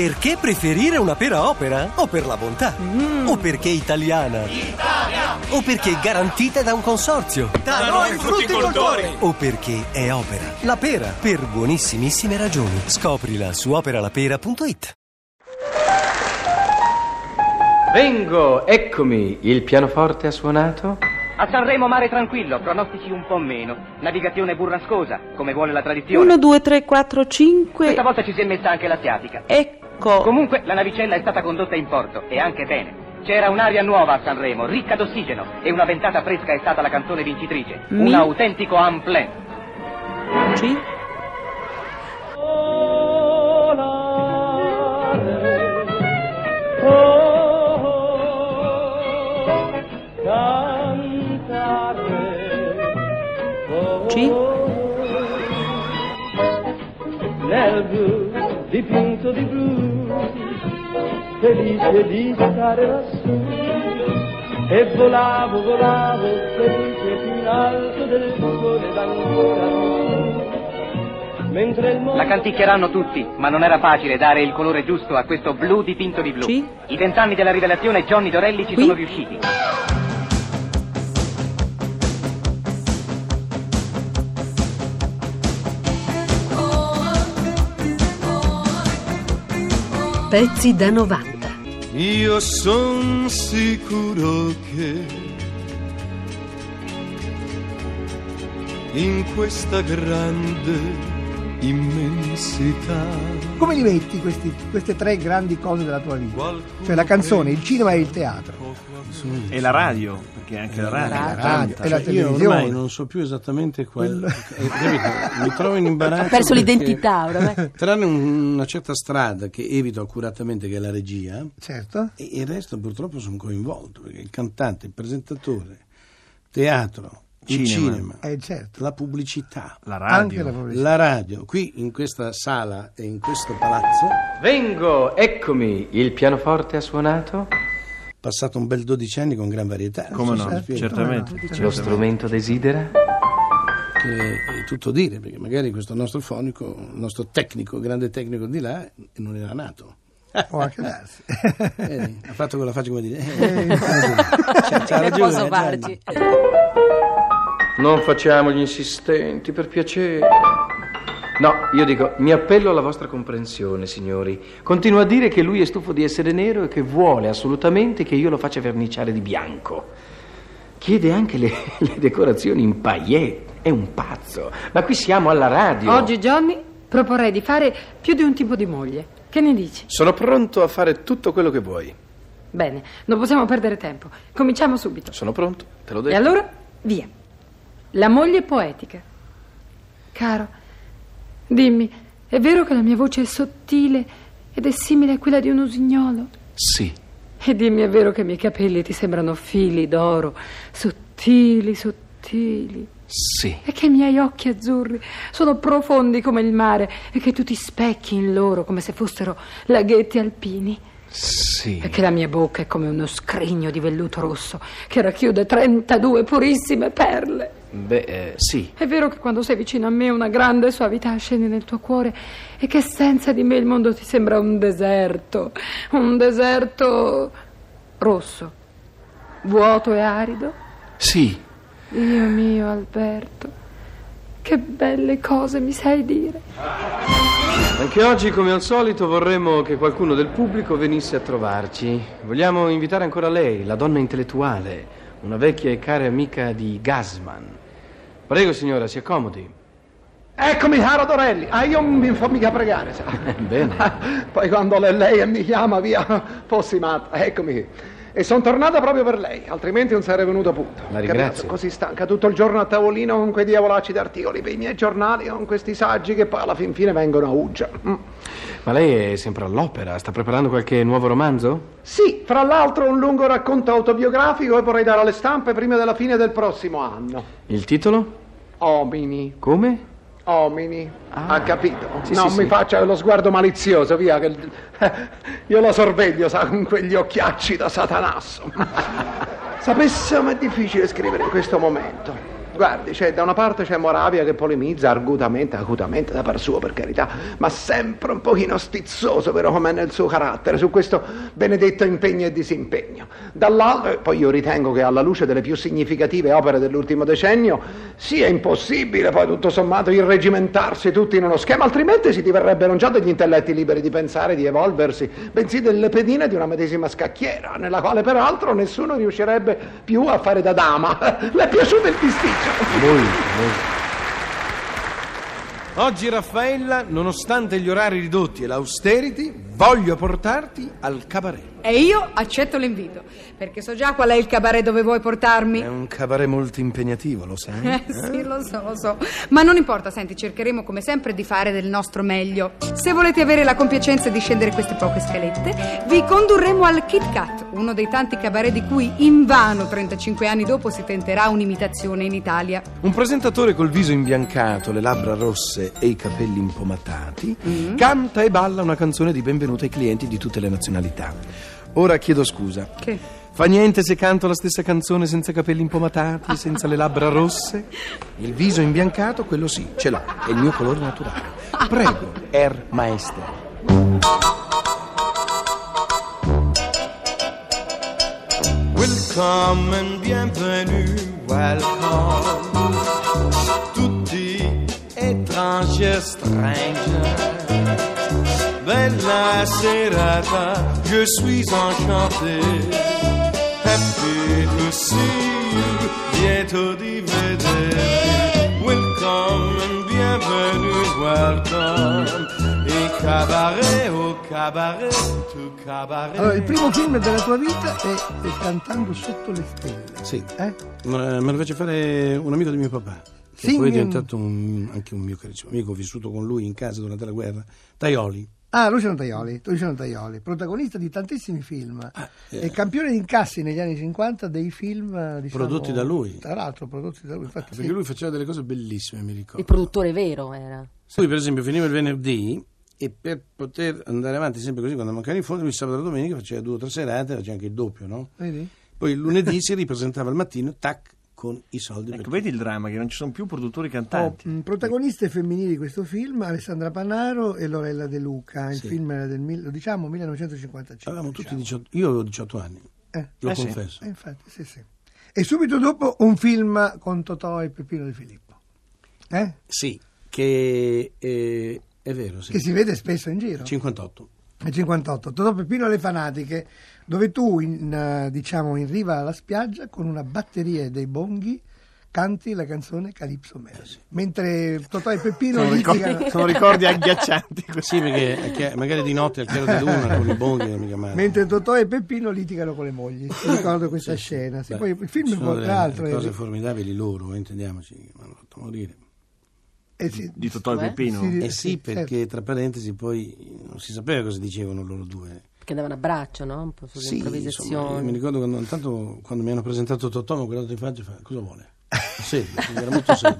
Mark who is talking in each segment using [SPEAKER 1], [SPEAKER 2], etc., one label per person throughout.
[SPEAKER 1] Perché preferire una pera opera? O per la bontà? O perché italiana? O perché garantita da un consorzio?
[SPEAKER 2] Da noi frutticoltori!
[SPEAKER 1] O perché è opera? La pera, per buonissimissime ragioni. Scoprila su operalapera.it
[SPEAKER 3] Vengo, eccomi, il pianoforte ha suonato?
[SPEAKER 4] A Sanremo mare tranquillo, pronostici un po' meno. Navigazione burrascosa, come vuole la tradizione.
[SPEAKER 5] 1, 2, 3, 4, 5.
[SPEAKER 4] Questa volta ci si è messa anche l'asiatica.
[SPEAKER 5] Ecco.
[SPEAKER 4] Comunque la navicella è stata condotta in porto, e anche bene. C'era un'aria nuova a Sanremo, ricca d'ossigeno, e una ventata fresca è stata la canzone vincitrice.
[SPEAKER 5] Mi-
[SPEAKER 4] Un autentico amplen.
[SPEAKER 5] Sì. Sì.
[SPEAKER 6] L'erbo dipinto di blu, felice di stare lassù. E volavo, volavo, felice più in alto del sole ed ancora più su. Mentre il mondo...
[SPEAKER 4] La canticchieranno tutti, ma non era facile dare il colore giusto a questo blu dipinto di blu.
[SPEAKER 5] Sì.
[SPEAKER 4] I vent'anni della rivelazione Johnny Dorelli ci
[SPEAKER 5] Qui.
[SPEAKER 4] sono riusciti.
[SPEAKER 7] Pezzi da 90.
[SPEAKER 6] Io son sicuro che in questa grande immensità
[SPEAKER 8] Come li metti questi- queste tre grandi cose della tua vita?
[SPEAKER 6] qualcuno
[SPEAKER 8] Cioè la canzone, il cinema e il teatro.
[SPEAKER 9] E la radio, perché anche la radio.
[SPEAKER 8] La radio e la
[SPEAKER 10] Cioè, io ormai
[SPEAKER 8] televisione.
[SPEAKER 10] non so più esattamente qual... eh, capito? mi trovo in imbarazzo.
[SPEAKER 11] Ha perso
[SPEAKER 10] perché-
[SPEAKER 11] l'identità eh. oramai.
[SPEAKER 10] Tranne un- una certa strada che evito accuratamente, che è la regia,
[SPEAKER 8] Certo.
[SPEAKER 10] e il resto purtroppo sono coinvolto, perché il cantante, il presentatore, teatro, il
[SPEAKER 9] Cinema.
[SPEAKER 10] cinema,
[SPEAKER 8] Eh, certo.
[SPEAKER 10] la pubblicità,
[SPEAKER 9] La
[SPEAKER 8] Anche
[SPEAKER 9] radio.
[SPEAKER 8] la pubblicità.
[SPEAKER 10] la radio, qui in questa sala e in questo palazzo,
[SPEAKER 3] Vengo, eccomi, il pianoforte ha suonato?
[SPEAKER 10] passato un bel 12 anni con gran varietà.
[SPEAKER 9] Come
[SPEAKER 10] non so
[SPEAKER 9] no,
[SPEAKER 10] se spiego.
[SPEAKER 9] certamente.
[SPEAKER 3] Lo
[SPEAKER 9] certamente.
[SPEAKER 3] strumento desidera?
[SPEAKER 10] che è tutto dire, perché magari questo nostro fonico, il nostro tecnico, grande tecnico di là, non era nato.
[SPEAKER 8] Può anche darsi.
[SPEAKER 10] Eh, ha fatto quella faccia come dire. eh, c'ha- c'ha
[SPEAKER 11] Per
[SPEAKER 10] ragione,
[SPEAKER 11] sovarci.
[SPEAKER 3] Non facciamo gli insistenti, per piacere. No, io dico, mi appello alla vostra comprensione, signori. Continua a dire che lui è stufo di essere nero e che vuole assolutamente che io lo faccia verniciare di bianco. Chiede anche le, le decorazioni in paillette. È un pazzo. Ma qui siamo alla radio.
[SPEAKER 7] Oggi Johnny proporrei di fare più di un tipo di moglie. Che ne dici?
[SPEAKER 3] Sono pronto a fare tutto quello che vuoi.
[SPEAKER 7] Bene, non possiamo perdere tempo. Cominciamo subito.
[SPEAKER 3] Sono pronto, te l'ho detto.
[SPEAKER 7] E allora, via. La moglie poetica. Caro, dimmi, è vero che la mia voce è sottile ed è simile a quella di un usignolo?
[SPEAKER 3] Sì.
[SPEAKER 7] E dimmi, è vero che i miei capelli ti sembrano fili d'oro, sottili, sottili?
[SPEAKER 3] Sì.
[SPEAKER 7] E che i miei occhi azzurri sono profondi come il mare e che tu ti specchi in loro come se fossero laghetti alpini.
[SPEAKER 3] Sì.
[SPEAKER 7] E che la mia bocca è come uno scrigno di velluto rosso che racchiude 32 purissime perle.
[SPEAKER 3] Beh, eh, sì.
[SPEAKER 7] È vero che quando sei vicino a me una grande suavità scende nel tuo cuore e che senza di me il mondo ti sembra un deserto, un deserto rosso, vuoto e arido.
[SPEAKER 3] Sì.
[SPEAKER 7] Dio mio Alberto, che belle cose mi sai dire.
[SPEAKER 3] Anche oggi, come al solito, vorremmo che qualcuno del pubblico venisse a trovarci. Vogliamo invitare ancora lei, la donna intellettuale, una vecchia e cara amica di Gasman. Prego, signora, si accomodi.
[SPEAKER 6] Eccomi caro Dorelli, ah io non mi fa mica pregare, sa. Ah,
[SPEAKER 3] Bene.
[SPEAKER 6] Poi quando le- lei mi chiama via, fossi matta, eccomi. E sono tornata proprio per lei, altrimenti non sarei venuto a punto.
[SPEAKER 3] La
[SPEAKER 6] Capito?
[SPEAKER 3] ringrazio.
[SPEAKER 6] Così stanca tutto il giorno a tavolino con quei diavolacci d'articoli per i miei giornali, con questi saggi che poi alla fin fine vengono a uggia. Mm.
[SPEAKER 3] Ma lei è sempre all'opera, sta preparando qualche nuovo romanzo?
[SPEAKER 6] Sì, fra l'altro un lungo racconto autobiografico e vorrei dare alle stampe prima della fine del prossimo anno.
[SPEAKER 3] Il titolo?
[SPEAKER 6] Omini.
[SPEAKER 3] Come?
[SPEAKER 6] Omini, ha capito?
[SPEAKER 3] Ah. Sì,
[SPEAKER 6] non
[SPEAKER 3] sì,
[SPEAKER 6] mi
[SPEAKER 3] sì.
[SPEAKER 6] faccia lo sguardo malizioso, via, che io lo sorveglio, sa, con quegli occhiacci da satanasso. Sapesse, ma è difficile scrivere in questo momento. Guardi, cioè, da una parte c'è Moravia che polemizza argutamente, acutamente da par suo, per carità, ma sempre un pochino stizzoso, vero com'è nel suo carattere, su questo benedetto impegno e disimpegno. Dall'altro, e poi io ritengo che alla luce delle più significative opere dell'ultimo decennio sia impossibile poi tutto sommato irregimentarsi tutti in uno schema, altrimenti si diverrebbero non già degli intelletti liberi di pensare, di evolversi, bensì delle pedine di una medesima scacchiera, nella quale peraltro nessuno riuscirebbe più a fare da dama. Le è piaciuto il pisticcio?
[SPEAKER 3] Oggi Raffaella, nonostante gli orari ridotti e l'austerity, voglio portarti al cabaret.
[SPEAKER 12] E io accetto l'invito, perché so già qual è il cabaret dove vuoi portarmi.
[SPEAKER 3] È un cabaret molto impegnativo, lo sai?
[SPEAKER 12] Eh sì, lo so, lo so. Ma non importa, senti, cercheremo come sempre di fare del nostro meglio. Se volete avere la compiacenza di scendere queste poche scalette, vi condurremo al Kit Kat, uno dei tanti cabaret di cui invano 35 anni dopo si tenterà un'imitazione in Italia.
[SPEAKER 3] Un presentatore col viso imbiancato, le labbra rosse e i capelli impomatati canta e balla una canzone di benvenuto ai clienti di tutte le nazionalità. Ora chiedo scusa.
[SPEAKER 12] Che?
[SPEAKER 3] Fa niente se canto la stessa canzone senza capelli impomatati, senza le labbra rosse? Il viso imbiancato, quello sì, ce l'ho, è il mio colore naturale. Prego, Herr Maestro.
[SPEAKER 13] Willkommen, bienvenue, welcome. Tutti étrangers, strangers. Bella serata, je suis enchanté. Happy to see you, bientôt dividé. Welcome, bienvenue, welcome. Et cabaret, au cabaret, tout cabaret.
[SPEAKER 8] Allora, il primo film della tua vita è, è Cantando sotto le stelle.
[SPEAKER 10] Sì.
[SPEAKER 8] Eh?
[SPEAKER 10] Me me lo fece fare un amico di mio papà, che
[SPEAKER 8] Sì,
[SPEAKER 10] poi
[SPEAKER 8] mi-
[SPEAKER 10] è diventato un- anche un mio carissimo amico, ho vissuto con lui in casa durante la guerra, Taioli.
[SPEAKER 8] Ah, Luciano Tajoli, Luciano Tajoli, protagonista di tantissimi film
[SPEAKER 10] eh.
[SPEAKER 8] e campione di incassi negli anni 50 dei film eh, diciamo,
[SPEAKER 10] Prodotti da lui. Ah,
[SPEAKER 8] Tra l'altro, prodotti da lui. Infatti,
[SPEAKER 10] Perché
[SPEAKER 8] sì.
[SPEAKER 10] lui faceva delle cose bellissime, mi ricordo.
[SPEAKER 7] Il produttore vero era.
[SPEAKER 10] Lui, per esempio, finiva il venerdì e per poter andare avanti sempre così, quando mancava in fondo, lui sabato e domenica faceva due o tre serate, faceva anche il doppio, no?
[SPEAKER 8] Vedi?
[SPEAKER 10] Poi il lunedì si ripresentava al mattino, tac, con i soldi.
[SPEAKER 3] Ecco, vedi il dramma che non ci sono più produttori cantanti.
[SPEAKER 8] Mm, Protagoniste femminili di questo film Alessandra Panaro e Lorella De Luca. Il
[SPEAKER 10] Sì.
[SPEAKER 8] film era del mil- lo diciamo 1955.
[SPEAKER 10] Avevamo tutti 18 io avevo 18 anni,
[SPEAKER 8] Eh.
[SPEAKER 10] lo
[SPEAKER 8] diciamo. Eh sì.
[SPEAKER 10] confesso.
[SPEAKER 8] Eh, infatti, sì, sì. E subito dopo un film con Totò e Peppino Di Filippo, eh?
[SPEAKER 10] Sì, che eh, è vero, sì.
[SPEAKER 8] che si vede spesso in giro.
[SPEAKER 10] 58.
[SPEAKER 8] Nel 58, Totò Peppino alle Fanatiche, dove tu, in, eh, diciamo, in riva alla spiaggia, con una batteria dei bonghi, canti la canzone Calypso Melody.
[SPEAKER 10] Eh,
[SPEAKER 8] Mentre Totò e Peppino litigano. Eh.
[SPEAKER 10] Sì, perché a chi- magari di notte al chiaro di luna con i bonghi non mica male.
[SPEAKER 8] Mentre Totò e Peppino litigano con le mogli, Mi ricordo questa scena. Sì,
[SPEAKER 10] Beh,
[SPEAKER 8] poi il film,
[SPEAKER 10] sono
[SPEAKER 8] tra
[SPEAKER 10] delle-
[SPEAKER 8] l'altro, eh.
[SPEAKER 10] delle cose
[SPEAKER 8] è,
[SPEAKER 10] formidabili loro, eh, intendiamoci, che mi hanno fatto morire.
[SPEAKER 8] eh sì,
[SPEAKER 3] Di Totò e
[SPEAKER 8] Eh?
[SPEAKER 3] Peppino?
[SPEAKER 8] Sì,
[SPEAKER 10] Eh sì,
[SPEAKER 8] sì,
[SPEAKER 10] perché tra parentesi poi non si sapeva cosa dicevano loro due.
[SPEAKER 7] Perché andavano a braccio, no? Un po' sulle
[SPEAKER 10] Sì, insomma, io mi
[SPEAKER 7] improvvisazioni.
[SPEAKER 10] ricordo quando, intanto, quando mi hanno presentato Totò, mi ho guardato in faccia e fa cosa vuole? Serio, era molto serio.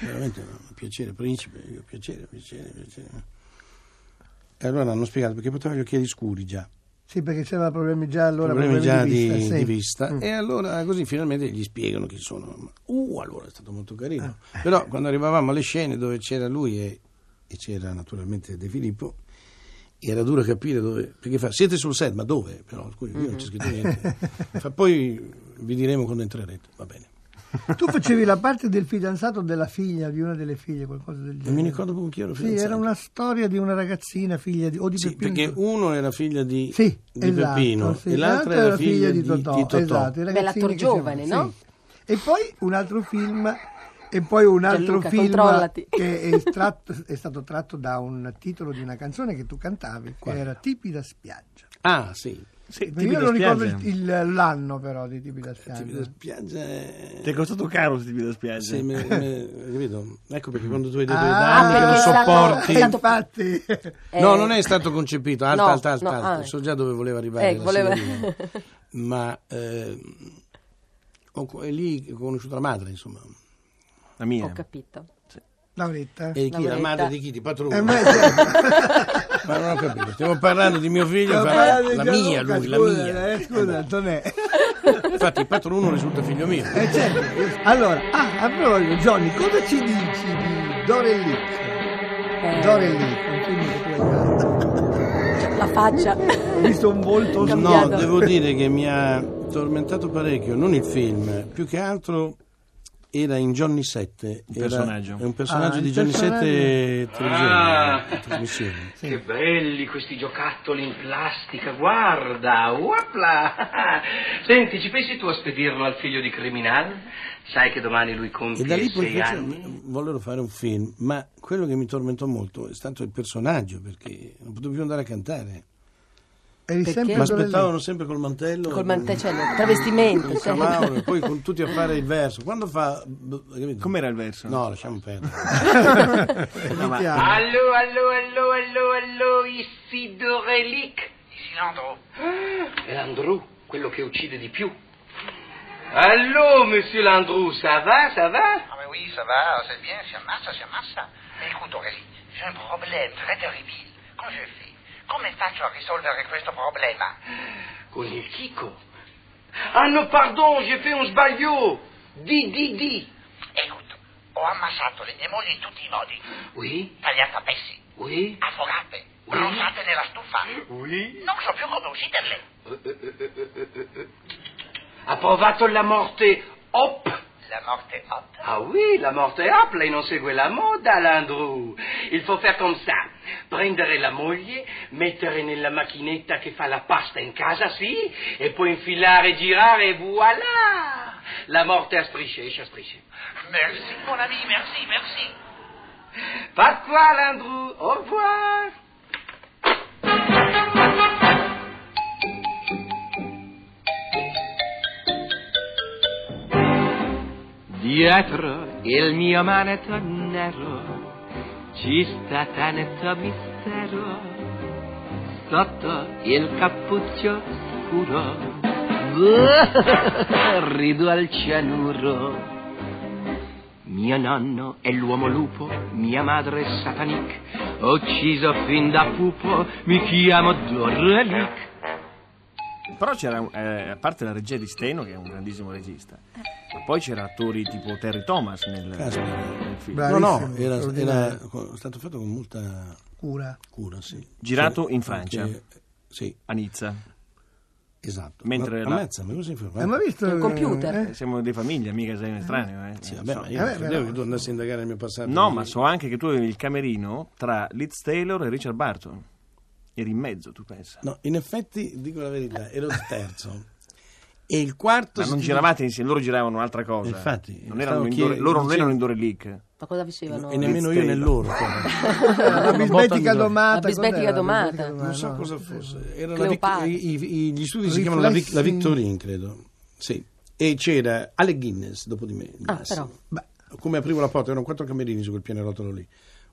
[SPEAKER 10] Veramente un piacere, principe, io, piacere, piacere, piacere. E allora hanno spiegato perché poteva gli occhiali scuri già,
[SPEAKER 8] sì, perché c'era problemi già allora.
[SPEAKER 10] problemi già di,
[SPEAKER 8] sì.
[SPEAKER 10] di vista.
[SPEAKER 8] Mm.
[SPEAKER 10] E allora così finalmente gli spiegano chi sono. Uh, allora è stato molto carino.
[SPEAKER 8] Ah, eh.
[SPEAKER 10] Però quando arrivavamo alle scene dove c'era lui e, e c'era naturalmente De Filippo, era duro capire dove. Perché fa, siete sul set, ma dove? Però scusi, io non c'è scritto niente. Fa, poi vi diremo quando entrerete, va bene.
[SPEAKER 8] Tu facevi la parte del fidanzato della figlia, di una delle figlie, qualcosa del genere.
[SPEAKER 10] Non mi ricordo proprio chi ero
[SPEAKER 8] Eh. Sì, era
[SPEAKER 10] fidanzato.
[SPEAKER 8] una storia di una ragazzina, figlia di, o di
[SPEAKER 10] Sì,
[SPEAKER 8] Peppino.
[SPEAKER 10] perché uno era figlia di, di
[SPEAKER 8] Esatto,
[SPEAKER 10] Peppino
[SPEAKER 8] sì.
[SPEAKER 10] e l'altra era figlia di, di Totò.
[SPEAKER 8] Esatto, i ragazzini
[SPEAKER 7] Bell'attor
[SPEAKER 8] che si-
[SPEAKER 7] giovane, no?
[SPEAKER 8] E poi un altro film e poi un altro
[SPEAKER 7] Gianluca,
[SPEAKER 8] film
[SPEAKER 7] controllati.
[SPEAKER 8] che è, tratto- è stato tratto da un titolo di una canzone che tu cantavi, che era Tipida spiaggia.
[SPEAKER 10] Ah, sì.
[SPEAKER 8] Ma Io non ricordo il- il- l'anno però di Tipida spiaggia.
[SPEAKER 10] Tipida Eh, spiaggia è-
[SPEAKER 3] Eh. Ti è costato caro se ti vedo a spiaggia.
[SPEAKER 10] Sì, me- me- capito? Ecco perché quando tu hai detto i
[SPEAKER 8] Ah,
[SPEAKER 10] danni che non
[SPEAKER 8] perché
[SPEAKER 10] sopporti.
[SPEAKER 8] è stato- Infatti,
[SPEAKER 10] No, non è stato concepito. Alta,
[SPEAKER 7] eh. No,
[SPEAKER 10] alta, alta,
[SPEAKER 7] no,
[SPEAKER 10] alta.
[SPEAKER 7] ah.
[SPEAKER 10] So già dove voleva arrivare.
[SPEAKER 7] Eh,
[SPEAKER 10] la
[SPEAKER 7] voleva-
[SPEAKER 10] signorina. Ma ehm, ho co- è lì che ho conosciuto la madre, insomma.
[SPEAKER 3] La mia.
[SPEAKER 7] Ho capito.
[SPEAKER 8] Lauretta.
[SPEAKER 10] E chi? La
[SPEAKER 7] Lauretta.
[SPEAKER 10] madre di chi? Di Patrulla.
[SPEAKER 8] Eh, ma è-
[SPEAKER 10] Ma non ho capito. Stiamo parlando di mio figlio. fa-
[SPEAKER 8] Stiamo parlando di
[SPEAKER 10] eh, la
[SPEAKER 8] Gianluca,
[SPEAKER 10] mia, lui, la
[SPEAKER 8] scusa,
[SPEAKER 10] mia.
[SPEAKER 8] eh, scusa, Antonè.
[SPEAKER 10] Infatti il patrono risulta figlio mio.
[SPEAKER 8] Eh, certo. Allora, ah, a proposito, Johnny, cosa ci dici di Dorelli?
[SPEAKER 14] Eh,
[SPEAKER 8] Dorelli,
[SPEAKER 14] La faccia.
[SPEAKER 8] visto un volto
[SPEAKER 10] No, devo dire che mi ha tormentato parecchio, non il film, più che altro era in Johnny 7.
[SPEAKER 15] Un personaggio.
[SPEAKER 10] È un personaggio
[SPEAKER 15] Ah,
[SPEAKER 10] di
[SPEAKER 15] il
[SPEAKER 10] Johnny 7
[SPEAKER 15] personaggio.
[SPEAKER 10] televisione.
[SPEAKER 16] Ah.
[SPEAKER 10] trasmissione.
[SPEAKER 16] Che belli questi giocattoli in plastica, guarda, uapla! Senti, ci pensi tu a spedirlo al figlio di criminale? Sai che domani lui
[SPEAKER 10] E da
[SPEAKER 16] compie
[SPEAKER 10] lì poi
[SPEAKER 16] sei
[SPEAKER 10] invece
[SPEAKER 16] anni?
[SPEAKER 10] volevo fare un film, ma quello che mi tormentò molto è stato il personaggio, perché non potevo più andare a cantare.
[SPEAKER 8] Eri
[SPEAKER 10] Mi aspettavano sempre col mantello. eh,
[SPEAKER 14] Col mantello, travestimento,
[SPEAKER 10] Col
[SPEAKER 14] cioè.
[SPEAKER 10] cavolo, e poi con tutti a fare il verso. Quando fa... Com'era il verso? No, lasciamo perdere.
[SPEAKER 16] No, ma- Allô, allô, allô, allô, allô, ici Dorelic. Ici Landru. È Ah, Landru, quello che uccide di più. Allô, monsieur Landru, ça va, ça va
[SPEAKER 17] Ah mais oui, ça va, c'est bien, si amassa, si amassa. Mais écoute Aurélie, j'ai un problème très terribile. Come je fais Come faccio a risolvere questo problema?
[SPEAKER 16] Con il chicco. Ah no, pardon, j'ai fait un sbaglio. Di, di, di.
[SPEAKER 17] Écoute, ho ammassato le mie mogli in tutti i modi.
[SPEAKER 16] Oui,
[SPEAKER 17] Tagliate a pezzi,
[SPEAKER 16] oui.
[SPEAKER 17] affogate, bruciate nella stufa.
[SPEAKER 16] Oui.
[SPEAKER 17] Non so più come ucciderle.
[SPEAKER 16] Eh, eh, eh, eh, eh, eh, eh. Ha provato la morte hop.
[SPEAKER 17] La morte è fatta.
[SPEAKER 16] Ah oui, la morte hop, lei non segue la moda, Landru. Il faut faire comme ça. Prendere la moglie, mettere nella macchinetta che fa la pasta in casa, sì, e poi infilare, girare e voilà. La morte a strisce, esce a strisce.
[SPEAKER 17] Merci, mon ami, merci, merci.
[SPEAKER 16] Par quoi, Landru? Au revoir.
[SPEAKER 18] Dietro il mio manetto nero ci sta tanto mistero, sotto il cappuccio scuro rido al cianuro. Mio nonno è l'uomo lupo, mia madre è satanic, ucciso fin da pupo, mi chiamo Dorelic.
[SPEAKER 15] Però c'era, un- eh, a parte la regia di Steno, che è un grandissimo regista, ma poi c'erano attori tipo Terry Thomas nel,
[SPEAKER 10] Caspita.
[SPEAKER 15] nel film.
[SPEAKER 10] No, no, era, era stato fatto con molta
[SPEAKER 8] Cura.
[SPEAKER 10] cura sì.
[SPEAKER 15] Girato
[SPEAKER 10] Cioè,
[SPEAKER 15] in Francia.
[SPEAKER 10] anche- sì.
[SPEAKER 15] A Nizza.
[SPEAKER 10] Esatto.
[SPEAKER 15] Mentre
[SPEAKER 10] Ma-
[SPEAKER 15] la-
[SPEAKER 10] ammazza, ma cosa hai informato?
[SPEAKER 8] Eh, ma visto- Il computer.
[SPEAKER 10] Ah,
[SPEAKER 8] eh.
[SPEAKER 15] Eh, Siamo di famiglia, mica sei un estraneo. Eh.
[SPEAKER 10] Sì, vabbè,
[SPEAKER 15] Non
[SPEAKER 10] ma
[SPEAKER 15] so.
[SPEAKER 10] io non credevo che tu andassi a indagare il mio passato.
[SPEAKER 15] No, ma so anche che tu avevi il camerino tra Liz Taylor e Richard Barton. Eri in mezzo, tu pensa.
[SPEAKER 10] No, in effetti, dico la verità, ero il terzo. E il quarto...
[SPEAKER 15] Ma non
[SPEAKER 10] si-
[SPEAKER 15] giravate insieme, loro giravano un'altra cosa.
[SPEAKER 10] Infatti,
[SPEAKER 15] Non erano
[SPEAKER 10] stavo
[SPEAKER 15] in Dore-
[SPEAKER 10] chied-
[SPEAKER 15] loro non
[SPEAKER 10] dicevo-
[SPEAKER 15] erano in Dore League.
[SPEAKER 14] Ma cosa facevano?
[SPEAKER 10] E nemmeno io nell'oro.
[SPEAKER 8] La bisbetica domata.
[SPEAKER 14] La bisbetica
[SPEAKER 8] cos'era?
[SPEAKER 14] domata.
[SPEAKER 10] Non so cosa fosse. Era la
[SPEAKER 14] Cleopatra.
[SPEAKER 10] Vic- i- i- gli studi si chiamano la, Vic- la
[SPEAKER 8] Riflessi.
[SPEAKER 10] Victorin, credo. Sì. E c'era Ale Guinness dopo di me. di
[SPEAKER 14] Ah,
[SPEAKER 10] basso.
[SPEAKER 14] però.
[SPEAKER 10] Beh, come aprivo la porta, erano quattro camerini su quel pianerottolo lì.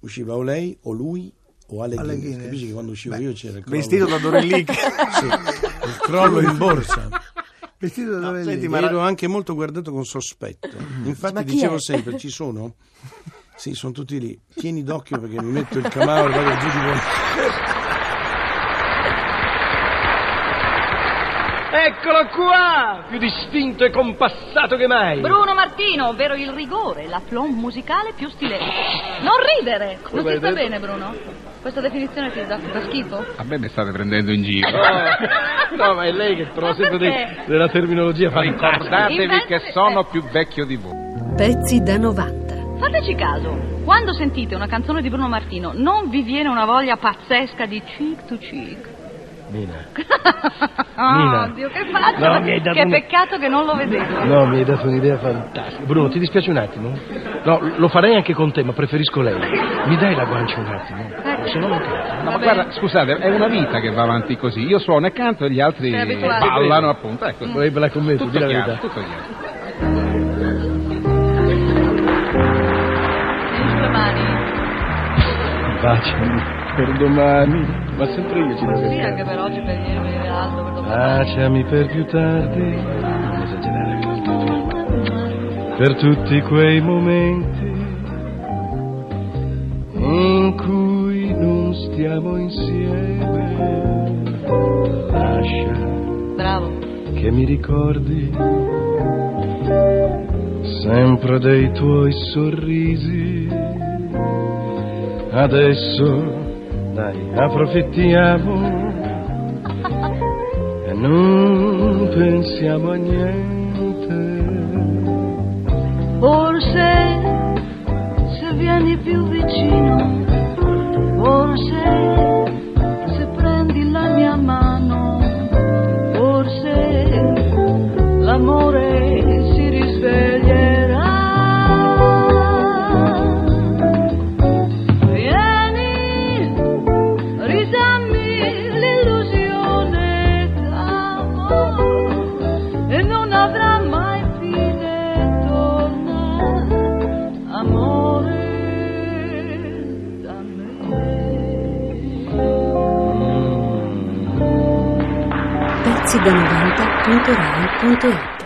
[SPEAKER 10] Usciva o lei, o lui, o Ale,
[SPEAKER 8] Ale
[SPEAKER 10] Guinness.
[SPEAKER 8] Guinness.
[SPEAKER 10] Capisci che quando uscivo io c'era il crollo.
[SPEAKER 15] Vestito da Dorelic.
[SPEAKER 10] sì, il crollo in borsa.
[SPEAKER 8] Vestito da Dorelli.
[SPEAKER 10] Senti, ma ero anche molto guardato con sospetto.
[SPEAKER 8] Ma
[SPEAKER 10] Infatti
[SPEAKER 8] chi
[SPEAKER 10] dicevo
[SPEAKER 8] è?
[SPEAKER 10] sempre, ci sono? Sì, sono tutti lì. Tieni d'occhio perché mi metto il camaro e vado giù di voi.
[SPEAKER 16] Eccolo qua, più distinto e compassato che mai.
[SPEAKER 19] Bruno Martino, ovvero il rigore, la plomb musicale più stilente. Non ridere! Non
[SPEAKER 16] Come
[SPEAKER 19] ti
[SPEAKER 16] hai
[SPEAKER 19] sta
[SPEAKER 16] detto?
[SPEAKER 19] bene, Bruno? Questa definizione ti dà fa schifo?
[SPEAKER 20] A me mi state prendendo in giro.
[SPEAKER 16] No, ma è lei che trova sempre
[SPEAKER 19] Perché?
[SPEAKER 20] della terminologia
[SPEAKER 16] fantastica.
[SPEAKER 20] Ricordatevi
[SPEAKER 19] Inventa-
[SPEAKER 20] che sono più vecchio di voi.
[SPEAKER 19] Pezzi da 90. Fateci caso, quando sentite una canzone di Bruno Martino, non vi viene una voglia pazzesca di cheek to cheek?
[SPEAKER 20] Nina.
[SPEAKER 19] Ah,
[SPEAKER 20] Nina.
[SPEAKER 19] Dio, che faccia!
[SPEAKER 20] No, mi hai dato
[SPEAKER 19] che
[SPEAKER 20] un-
[SPEAKER 19] peccato che non lo vedevo.
[SPEAKER 20] No, mi hai dato un'idea fantastica. Bruno, ti dispiace un attimo? No, lo farei anche con te, ma preferisco lei. Mi dai la guancia un attimo?
[SPEAKER 19] Ecco.
[SPEAKER 20] Sono mancato.
[SPEAKER 19] Va
[SPEAKER 20] No, ma
[SPEAKER 19] bene.
[SPEAKER 20] guarda, scusate, è una vita che va avanti così. Io suono e canto e gli altri
[SPEAKER 19] Sei abituato.
[SPEAKER 20] ballano, appunto. Ecco,
[SPEAKER 19] Mm. Vorrei
[SPEAKER 20] ve la commento, tutto
[SPEAKER 19] di la
[SPEAKER 20] chiaro,
[SPEAKER 10] Ah.
[SPEAKER 19] verità.
[SPEAKER 20] tutto chiaro. Baciami per domani. Ma sempre io ci devo
[SPEAKER 19] Sì, anche per oggi per ieri venire alto, per domani.
[SPEAKER 20] Baciami per più tardi. Non esagerare. Per tutti quei momenti in cui non stiamo insieme. Lascia
[SPEAKER 19] Bravo.
[SPEAKER 16] che mi ricordi sempre dei tuoi sorrisi. Adesso, dai, approfittiamo e non pensiamo a niente.
[SPEAKER 21] Forse se vieni più vicino, forse se prendi la mia mano, forse l'amore si risveglierà. Vieni, ridammi l'illusione d'amore e non avrà mai fine torna amore da me.
[SPEAKER 7] Pezzi da 90.rai.it